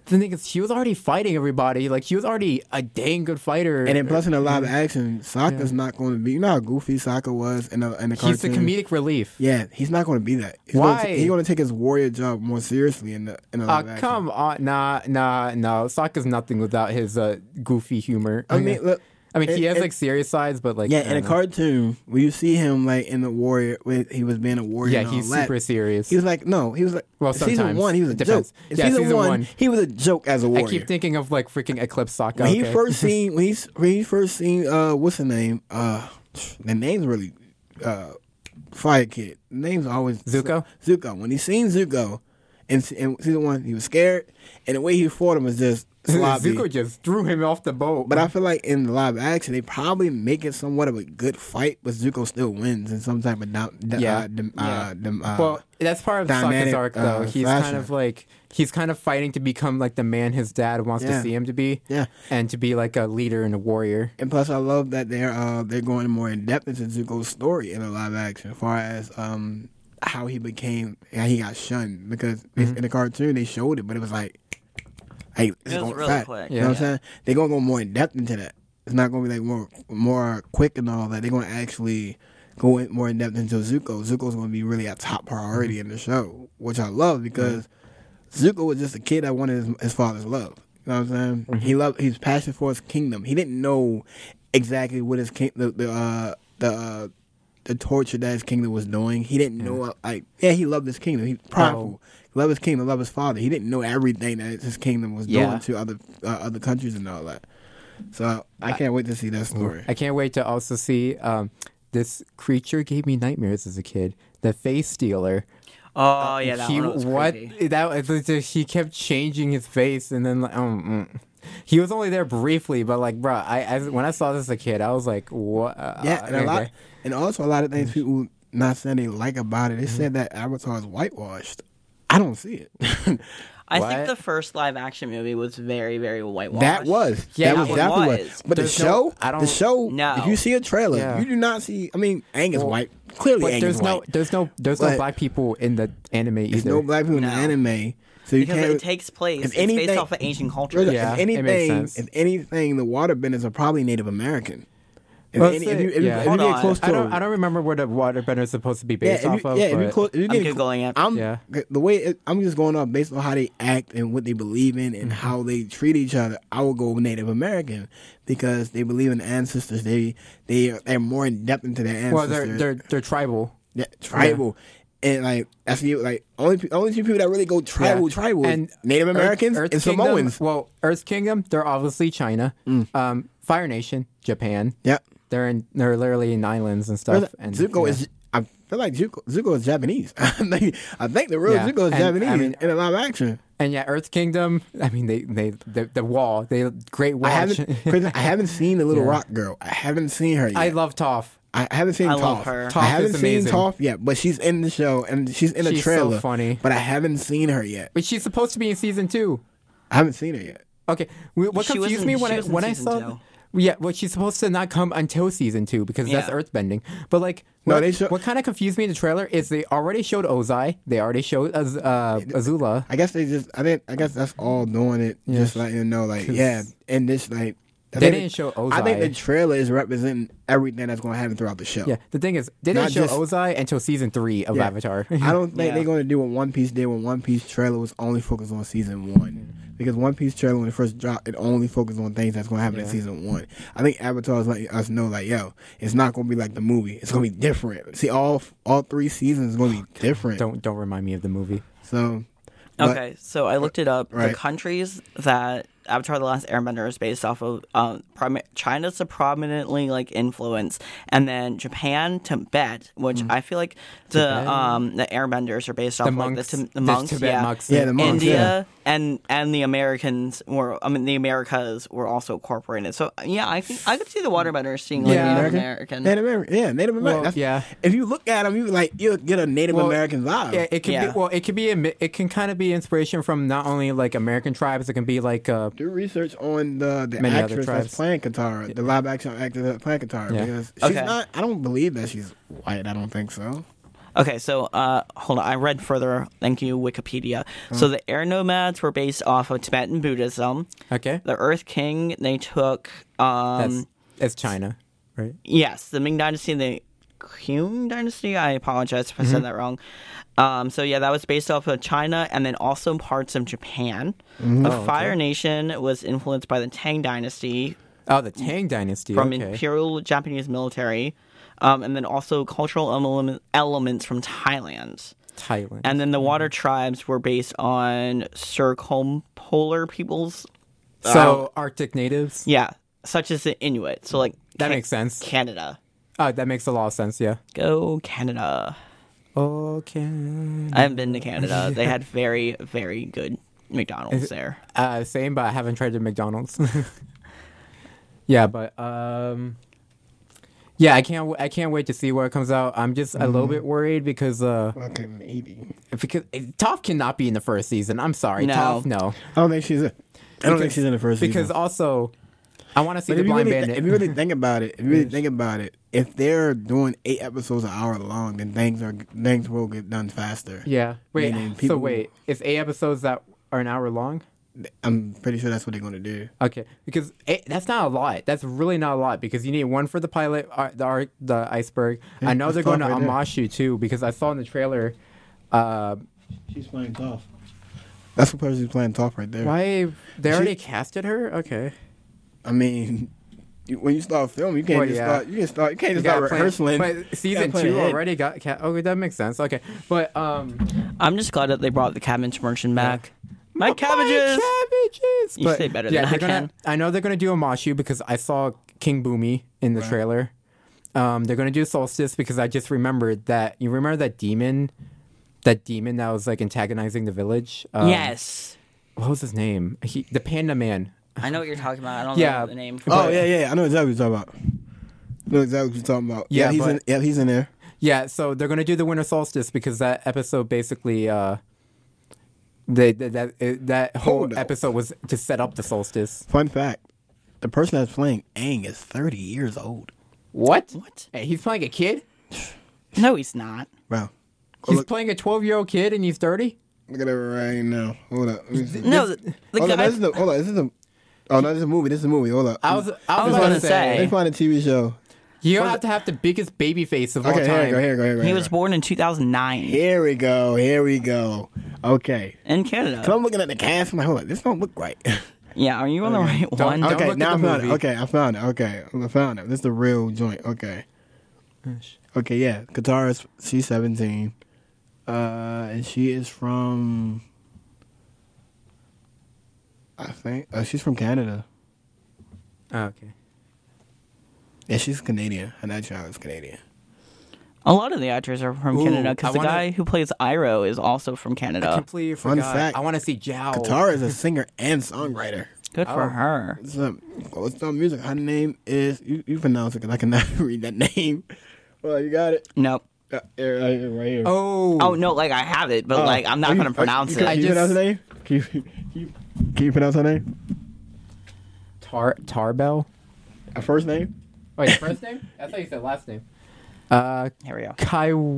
The thing is, she was already fighting everybody. Like, she was already a dang good fighter.
and then plus in a live action, Sokka's not going to be. You know how goofy Sokka was in the in the cartoon.
He's the comedic relief.
Yeah, he's not going to be that. He's Gonna
Why?
he's going to take his warrior job more seriously in the in the
Uh,
live action.
come on. Nah, nah, no. Sokka's nothing without his uh, goofy humor.
I mean, look.
I mean, he
it-
has,
it-
like, serious sides, but, like.
Yeah,
I
in a
don't know.
cartoon, when you see him like in the warrior, when he was being a warrior.
Yeah,
and all
he's
that,
super serious.
He was like, no, he was like,
Well,
season
sometimes.
one, he was a
It depends.
joke. In
Yeah,
season,
season
one,
one.
he was a joke as a
I
warrior.
keep thinking of, like, freaking Eclipse Sokka.
when
okay?
he first seen, when he s- when he first seen, uh, what's the name? Uh, the name's really, uh, Fire Kid. The name's always
Zuko?
Zuko. When he seen Zuko, In, se- in season one, he was scared, and the way he fought him was just sloppy.
Zuko just threw him off the boat.
But I feel like in live action, they probably make it somewhat of a good fight, but Zuko still wins in some type of dom- d-
Yeah.
uh, dem-
Yeah.
uh, dem- uh,
well, that's part of Sokka's
dynamic,
arc, though.
uh,
he's kind
slasher.
of like he's kind of fighting to become like the man his dad wants to
Yeah.
see him to be,
yeah.
and to be like a leader and a warrior.
And plus, I love that they're uh, they're going more in depth into Zuko's story in the live action, as far as um, how he became how he got shunned because it's- in the cartoon they showed it, but it was like, hey, this
It was
going
really
fat.
quick.
You know what I'm
Yeah.
saying? They're gonna go more in depth into that. It's not gonna be like more more quick and all that. They're gonna actually go in more in depth into Zuko. Zuko's gonna be really a top priority in the show, which I love because Zuko was just a kid that wanted his, his father's love. You know what I'm saying?
Mm-hmm.
He loved his passion for his kingdom. He didn't know exactly what his king the the uh, the uh, the torture that his kingdom was doing. He didn't know uh,
Mm-hmm.
like yeah he loved his kingdom. He's
Oh.
prideful. Love his kingdom, love his father. He didn't know everything that his kingdom was
Yeah.
doing to other uh, other countries and all that. So I can't wait to see that story.
I can't wait to also see um, this creature gave me nightmares as a kid. The face stealer.
Uh,
Oh yeah, that
he,
one was
what
creepy.
that was it's just- he kept changing his face and then like um, mm. he was only there briefly, but like bro, I, I when I saw this as a kid, I was like, what? Uh,
Yeah, and a lot,
okay.
and also a lot of
Mm-hmm.
things people not saying they like about it. They said that Avatar is whitewashed. I don't see it.
I
What?
think the first live action movie was very, very whitewashed.
that was
Yeah,
that was
it
definitely what.
was.
But
There's
the
no-
show,
I don't-
the show.
No.
if you see a trailer,
Yeah.
you do not see. I mean, Aang is white. Clearly,
But
Aang
there's
is
no,
white.
there's no, there's no
But-
black people in the anime either.
There's no black people
No.
in the anime, so you
because
can't.
it takes place.
if
It's
anything-
based off of Asian culture.
Rosa,
Yeah,
if
it makes
anything,
sense.
if anything, the waterbenders are probably Native American. If,
Well,
any,
say-
if you, if you-
yeah.
if you
Hold
get
on.
close to
I don't, I don't remember where the waterbender is supposed to be based
yeah,
off
if you,
of.
yeah, if you
but-
close, if you
I'm
get
Googling it.
I'm
Yeah.
the way it, I'm just going off based on how they act and what they believe in
Mm-hmm.
and how they treat each other. I would go Native American because they believe in ancestors. They they are, they're more in depth into their ancestors.
well, they're they're they're tribal.
Yeah, tribal. And like that's you like only pe- only two people that really go tribal
Yeah.
tribal
and
is Native
Earth-
Americans
Earth
and
Kingdom-
Samoans. Mm.
Well, Earth Kingdom, they're obviously China. Um, Fire Nation, Japan.
Yep.
They're in they're literally in islands and
Where's
stuff.
that-
And
Zuko
yeah.
is. I feel like Zuko, Zuko is Japanese. I think I think the real
Yeah,
Zuko is
and, I
Japanese
mean-
in a live action.
and yeah, Earth Kingdom. I mean, they they the, the wall, they Great Wall.
I haven't. Chris, I haven't seen the Little
Yeah.
Rock girl. I haven't seen her yet.
I
I,
love Toph.
haven't seen
I
Toph.
love her.
Toph
I haven't
is
seen
amazing.
Toph yet, but she's in the show and she's in a
She's so
trailer.
funny.
but I haven't seen her yet.
But she's supposed to be in season two.
I haven't seen her yet.
Okay, we- what
She was
confused
in-
me when
she
I
was in
when I
season
saw.
two.
Yeah, well, she's supposed to not come until season two because that's
Yeah.
earthbending. But like,
No,
what,
they show-
what kind of confused me in the trailer is they already showed Ozai, they already showed Az- uh, Azula.
I guess they just. I think. I guess that's all doing it. Just letting you know, like yeah, and this like. I
They
think-
didn't show
I think
Ozai.
the trailer is representing everything that's going to happen throughout the show.
Yeah, the thing is, they didn't
Not
show
just-
Ozai until season three of
Yeah.
Avatar.
I don't think
Yeah.
they're going to do what One Piece did when One Piece trailer was only focused on season one.
Mm-hmm.
Because One Piece trailer when it first dropped, it only focused on things that's going to happen in season one. I think Avatar is letting us know, like, yo, it's not going to be like the movie. It's going to be different. See, all all three seasons is going to be different.
don't don't remind me of the movie.
So, but-
Okay, so I looked it up.
Right.
The countries that Avatar: The Last Airbender is based off of, um, prim- China's a prominently like influence, and then Japan, Tibet, which
Mm.
I feel like the
Tibet.
um the Airbenders are based off
The
of like,
monks,
the, Tim- the
the
monks,
Tibet
yeah.
monks,
Yeah, the monks, yeah.
India and and the Americans were, I mean, the Americas were also incorporated. So yeah, I think I could see the Waterbenders seeing like
Yeah.
Native
American?
American.
Native American. Yeah, Native American. That's-
yeah.
If you look at them, you like, you'll get a Native
Well,
American vibe.
Yeah, it can
Um, Yeah.
be well. It can be a mi- it can kind of be inspiration from not only like American tribes. It can be like uh,
do research on the, the
Many other
actress
tribes.
that's playing Katara, the live action actress that's playing Katara.
Yeah.
Because she's
Okay.
not. I don't believe that she's white. I don't think so.
Okay, so uh, hold on. I read further. Thank you, Wikipedia.
Mm-hmm.
So the air nomads were based off of Tibetan Buddhism.
okay,
The Earth King, they took. Um,
that's that's China, right?
Yes, the Ming Dynasty and the Qing Dynasty. I apologize if I
Mm-hmm.
said that wrong. Um, so yeah, that was based off of China and then also parts of Japan.
Mm-hmm. Oh,
The Fire Nation was influenced by the Tang Dynasty
Oh, the Tang Dynasty.
from
okay.
Imperial Japanese military, um, and then also cultural elem- elements from Thailand.
Thailand.
And then the water tribes were based on circumpolar peoples. um,
so Arctic natives.
Yeah, such as the Inuit. So, like, Ca-
That uh, makes sense.
Canada.
Oh, that makes a lot of sense. Yeah.
Go Canada.
Oh, can
I haven't been to Canada. They had very, very good McDonald's there.
Uh, same, but I haven't tried the McDonald's. yeah, but um, yeah, I can't. w- I can't wait to see what comes out. I'm just a
Mm-hmm.
little bit worried because uh,
Fucking maybe.
because eh, Toph cannot be in the first season. I'm sorry,
No.
Toph. No,
I don't think she's. A, I don't think
Because-
she's in the first
because
season.
also I want to see
But
the
if you,
blind
really,
bandit.
if you really think about it, if you really think about it, if they're doing eight episodes an hour long, then things are things will get done faster.
yeah. Wait.
Meaning
So
people-
wait, it's eight episodes that are an hour long.
I'm pretty sure that's what they're gonna do.
Okay, because eh, that's not a lot. That's really not a lot because you need one for the pilot, uh, the arc, the iceberg. I know
that's
they're going to
tough right there.
Amashu too because I saw in the trailer. Uh,
She's playing Toph. That's the person who's playing Toph right there.
why they
She-
already casted her? Okay,
I mean, you, when you start filming, you can't
Well,
just
yeah.
start. You can start. You can't just
Yeah,
start
plan-
rehearsing.
But season
plan
two
ahead.
already got ca- okay. That makes sense. Okay, but um,
I'm just glad that they brought the cabbage merchant back. Oh, My cabbages.
My cabbages.
You say better than I
they're gonna-
can.
I know they're gonna do Amashu because I saw King Boomy in the trailer. Um, they're gonna do Solstice because I just remembered that. You remember that demon, that demon that was like antagonizing the village. Um,
yes,
What was his name? He, the Panda Man.
I know what you're talking about. I don't
Yeah.
know the name.
Oh yeah, yeah. I know exactly what you're talking about. I know exactly what you're talking about. Yeah,
Yeah,
he's
but-
in. Yeah, he's in there.
Yeah. So they're gonna do the Winter Solstice because that episode basically. Uh, they, that that it- that whole
Hold up.
episode was to set up the solstice.
Fun fact: the person that's playing Aang is 30 years old.
What?
What?
Hey, he's playing a kid.
No, he's not.
Wow.
Oh,
Go
He's
look,
playing a twelve-year-old kid, and he's thirty.
look at it right now. Hold up. Let me see.
No, the, the
hold
guy.
up. This oh, is the, hold up. This is a. Oh no, this is a movie. This is a movie. Hold up.
I was, I
was
was
gonna
gonna
say-
say,
They find a TV show.
you have to have the biggest baby face of all
Okay, here we
time.
go. Here we go. Here we go.
he
here
was
we go.
born in 2009
Here we go. Here we go. Okay.
in
So
Canada.
I'm looking at the cast. I'm like, hold up. This don't look right.
Yeah, are you on the right
Don't-
one?
don't-
Oh, Okay,
look
now
at
I
the
found it.
movie.
Okay, I found it. Okay, I found it. This is the real joint. Okay.
Oh,
Okay, yeah. Katara's she's seventeen. Uh and she is from I think uh, she's from Canada.
Oh, okay.
Yeah, she's Canadian. And that child is Canadian.
A lot of the actors are from
Ooh,
Canada because
I
the
wanna-
guy who plays Iro is also from Canada.
Completely
Uh, fun
forgot.
fact.
I want to see Jowl.
Katara is a singer and songwriter.
Good for
Oh.
her.
What's up? What's up music? Her name is you, you pronounce it because I cannot read that name. Well, you got it.
No.
Uh, here, right here, right here.
Oh,
Oh no, like I have it, but
Oh,
like I'm
are
not
you-
gonna
are-
pronounce
you, Can,
it.
you
I
pronounce
just-
her name? Can you, can you, can you pronounce her name?
Tar Tarbell.
Her first name?
Wait, first name? I thought you said last name. Uh,
Here we go.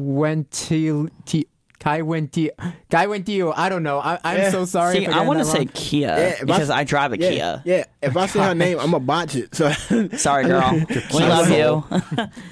Kaiwenti. Kaiwenti. Kaiwentio. I don't know. I, I'm
Yeah.
so sorry.
See,
if
I
got
want to
that
say
wrong.
Kia
if I-
because I, drive a
Yeah.
Kia.
Yeah. If I say her name, I'm gonna botch it. So,
Sorry, girl. we love you.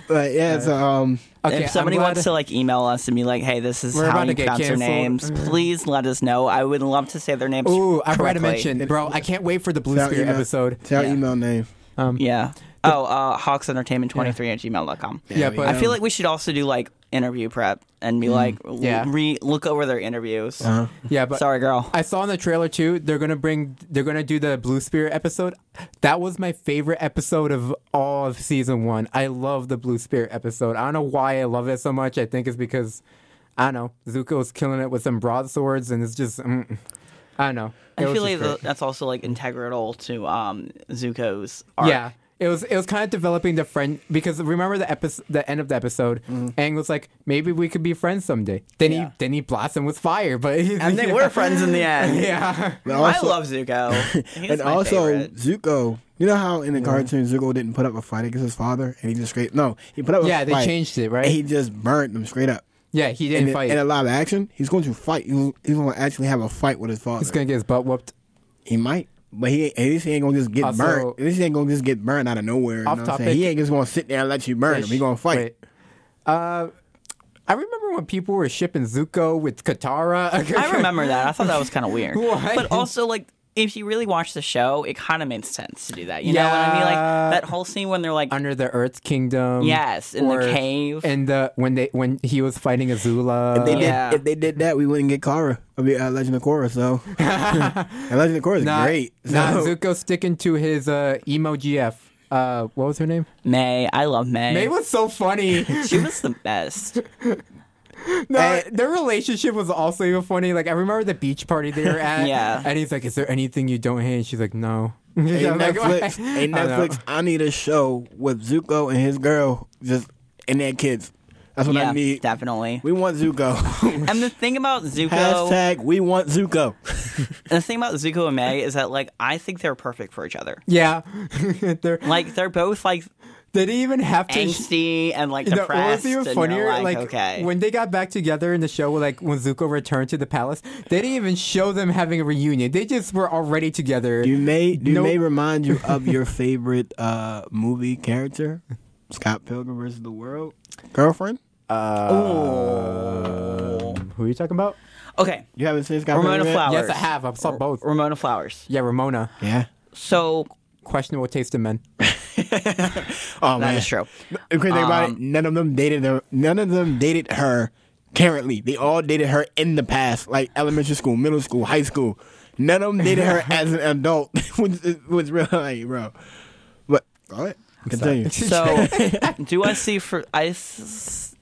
but yeah, so um,
Okay,
if somebody
I'm glad-
wants to like email us and be like, "Hey, this is
We're
how
about
you
to get
pronounce their names,"
canceled. Mm.
please let us know. I would love to say their names.
Ooh, I forgot
correctly.
to mention, bro. I can't wait for the Blue
tell
Spear
email-
episode.
Tell
Yeah.
email name.
Um,
Yeah. Oh, uh, Hawks Entertainment 23 at gmail.com.
Yeah, Um,
we
but-
I
know.
feel like we should also do like interview prep and be like, l-
yeah.
re look over their interviews.
Uh-huh.
yeah, but
Sorry, girl.
I saw in the trailer too. They're gonna bring. They're gonna do the Blue Spear episode. That was my favorite episode of all of season one. I love the Blue Spear episode. I don't know why I love it so much. I think it's because I don't know Zuko was killing it with some broadswords, and it's just mm, I don't know.
I
It was
feel
just
like
great.
tha- that's also like integral to um, Zuko's arc.
Yeah. It was it was kind of developing the friend because remember the episode the end of the episode, Aang was like maybe we could be friends someday. Then
Mm-hmm. Yeah.
he then he blasts him with fire, but
And they were friends in the end.
yeah.
And
I love Zuko. He's
and
my
also
favorite.
Zuko. You know how in the cartoon Zuko didn't put up a fight against his father, and he just straight no, he put up a
Yeah, they
fight,
changed it, right?
And he just burned them straight up.
Yeah, he didn't
And
fight.
in a live action, he's going to fight. He's, he's going to actually have a fight with his father.
He's gonna get his butt whooped.
He might, but he at least he ain't gonna just get
Also-
burnt. At least he ain't gonna just get burnt out of nowhere. You know
Off
what I'm saying?
topic.
He ain't just gonna sit there and let you burn him. He gonna fight.
Wait. Uh, I remember when people were shipping Zuko with Katara.
I remember that. I thought that was kind of weird.
Why?
But also, like, if you really watch the show, it kind of makes sense to do that. You know what I mean?
Yeah.
Like that whole scene when they're like,
Under the Earth Kingdom.
Yes, in the cave.
And the when they when he was fighting Azula.
They did-
Yeah.
if they did that, we wouldn't get Kara. I mean, uh, Legend of Korra. So, and Legend of Korra is
Nah,
great. So,
nah, Zuko sticking to his uh, emo GF. Uh, what was her name?
May. I love May.
May was so funny.
she was the best.
No,
And-
their relationship was also even funny. Like I remember the beach party they were at.
Yeah.
And he's like, "Is there anything you don't hate?" And she's like, "No."
A
I'm like,
Netflix, a
"I know."
Netflix. I need a show with Zuko and his girl, just and their kids. That's what
yeah,
I need.
definitely.
We want Zuko.
And the thing about Zuko,
Hashtag we want Zuko.
and the thing about Zuko and May is that like I think they're perfect for each other.
Yeah. They're-
Like they're both like
they didn't even have to.
angsty and like
You know, what
depressed.
was even
and
funnier?
you're like,
Like,
okay,
when they got back together in the show, like when Zuko returned to the palace, they didn't even show them having a reunion. They just were already together.
You may you
Nope.
may remind you of your favorite uh, movie character, Scott Pilgrim versus the World, girlfriend.
Um, who are you talking about?
okay,
You haven't seen Scott
Ramona
Pilgrim. yet?
Flowers.
Yes, I have. I saw both.
Ramona Flowers.
Yeah, Ramona.
Yeah.
So
Questionable taste in men.
Oh
that
man,
is true. Um,
The crazy thing about it, none of them dated her. None of them dated her currently. They all dated her in the past, like elementary school, middle school, high school. None of them dated her as an adult, which is- was real, like, bro. But all right, continue.
So, do I see for I? s-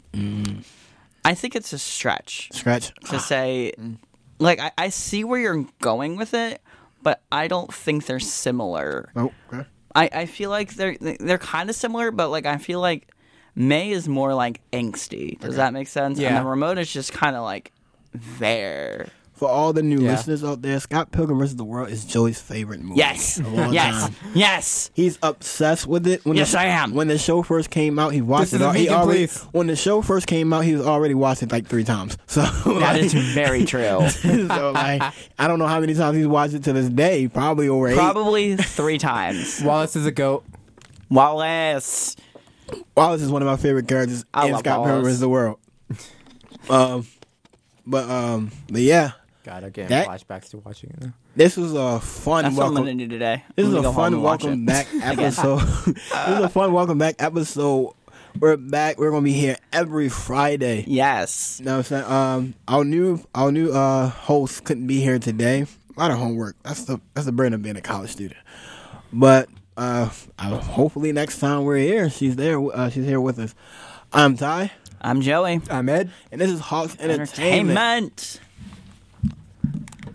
I think it's a stretch
Scratch.
to say, like I, I see where you're going with it, but I don't think they're similar.
Oh, okay.
I, I feel like they're they're kind of similar, but like I feel like May is more like angsty. Does that make sense? And
Yeah.
then Ramona's just kind of like there.
For all the new
Yeah.
listeners out there, Scott Pilgrim vs. the World is Joey's favorite movie.
Yes,
of all
yes,
time.
yes.
He's obsessed with it. When
Yes,
the,
I am.
When the show first came out, he watched
This is
it.
a
all- he
vegan
already,
place.
when the show first came out, he was already watched it like three times. So
That
like-
is very true.
so like, I don't know how many times he's watched it to this day. Probably over eight.
Probably three times.
Wallace is a goat.
Wallace.
Wallace is one of my favorite characters
I
in
love
Scott
Wallace.
Pilgrim vs. the World. Um, but um, but yeah,
God, I'm getting
That-
flashbacks to watching it. now.
this was a fun welcome.
That's what I'm gonna do today.
This
I'm
is
gonna
a
go home
fun
and watch
welcome
it.
back episode. this is a fun welcome back episode. We're back. We're gonna be here every Friday.
Yes.
You know what I'm saying? Um, our new our new uh host couldn't be here today. A lot of homework. That's the that's the burden of being a college student. But uh, I- hopefully next time we're here, she's there. Uh, she's here with us. I'm Ty,
I'm Joey.
I'm Ed.
and this is Hawks Entertainment.
Entertainment.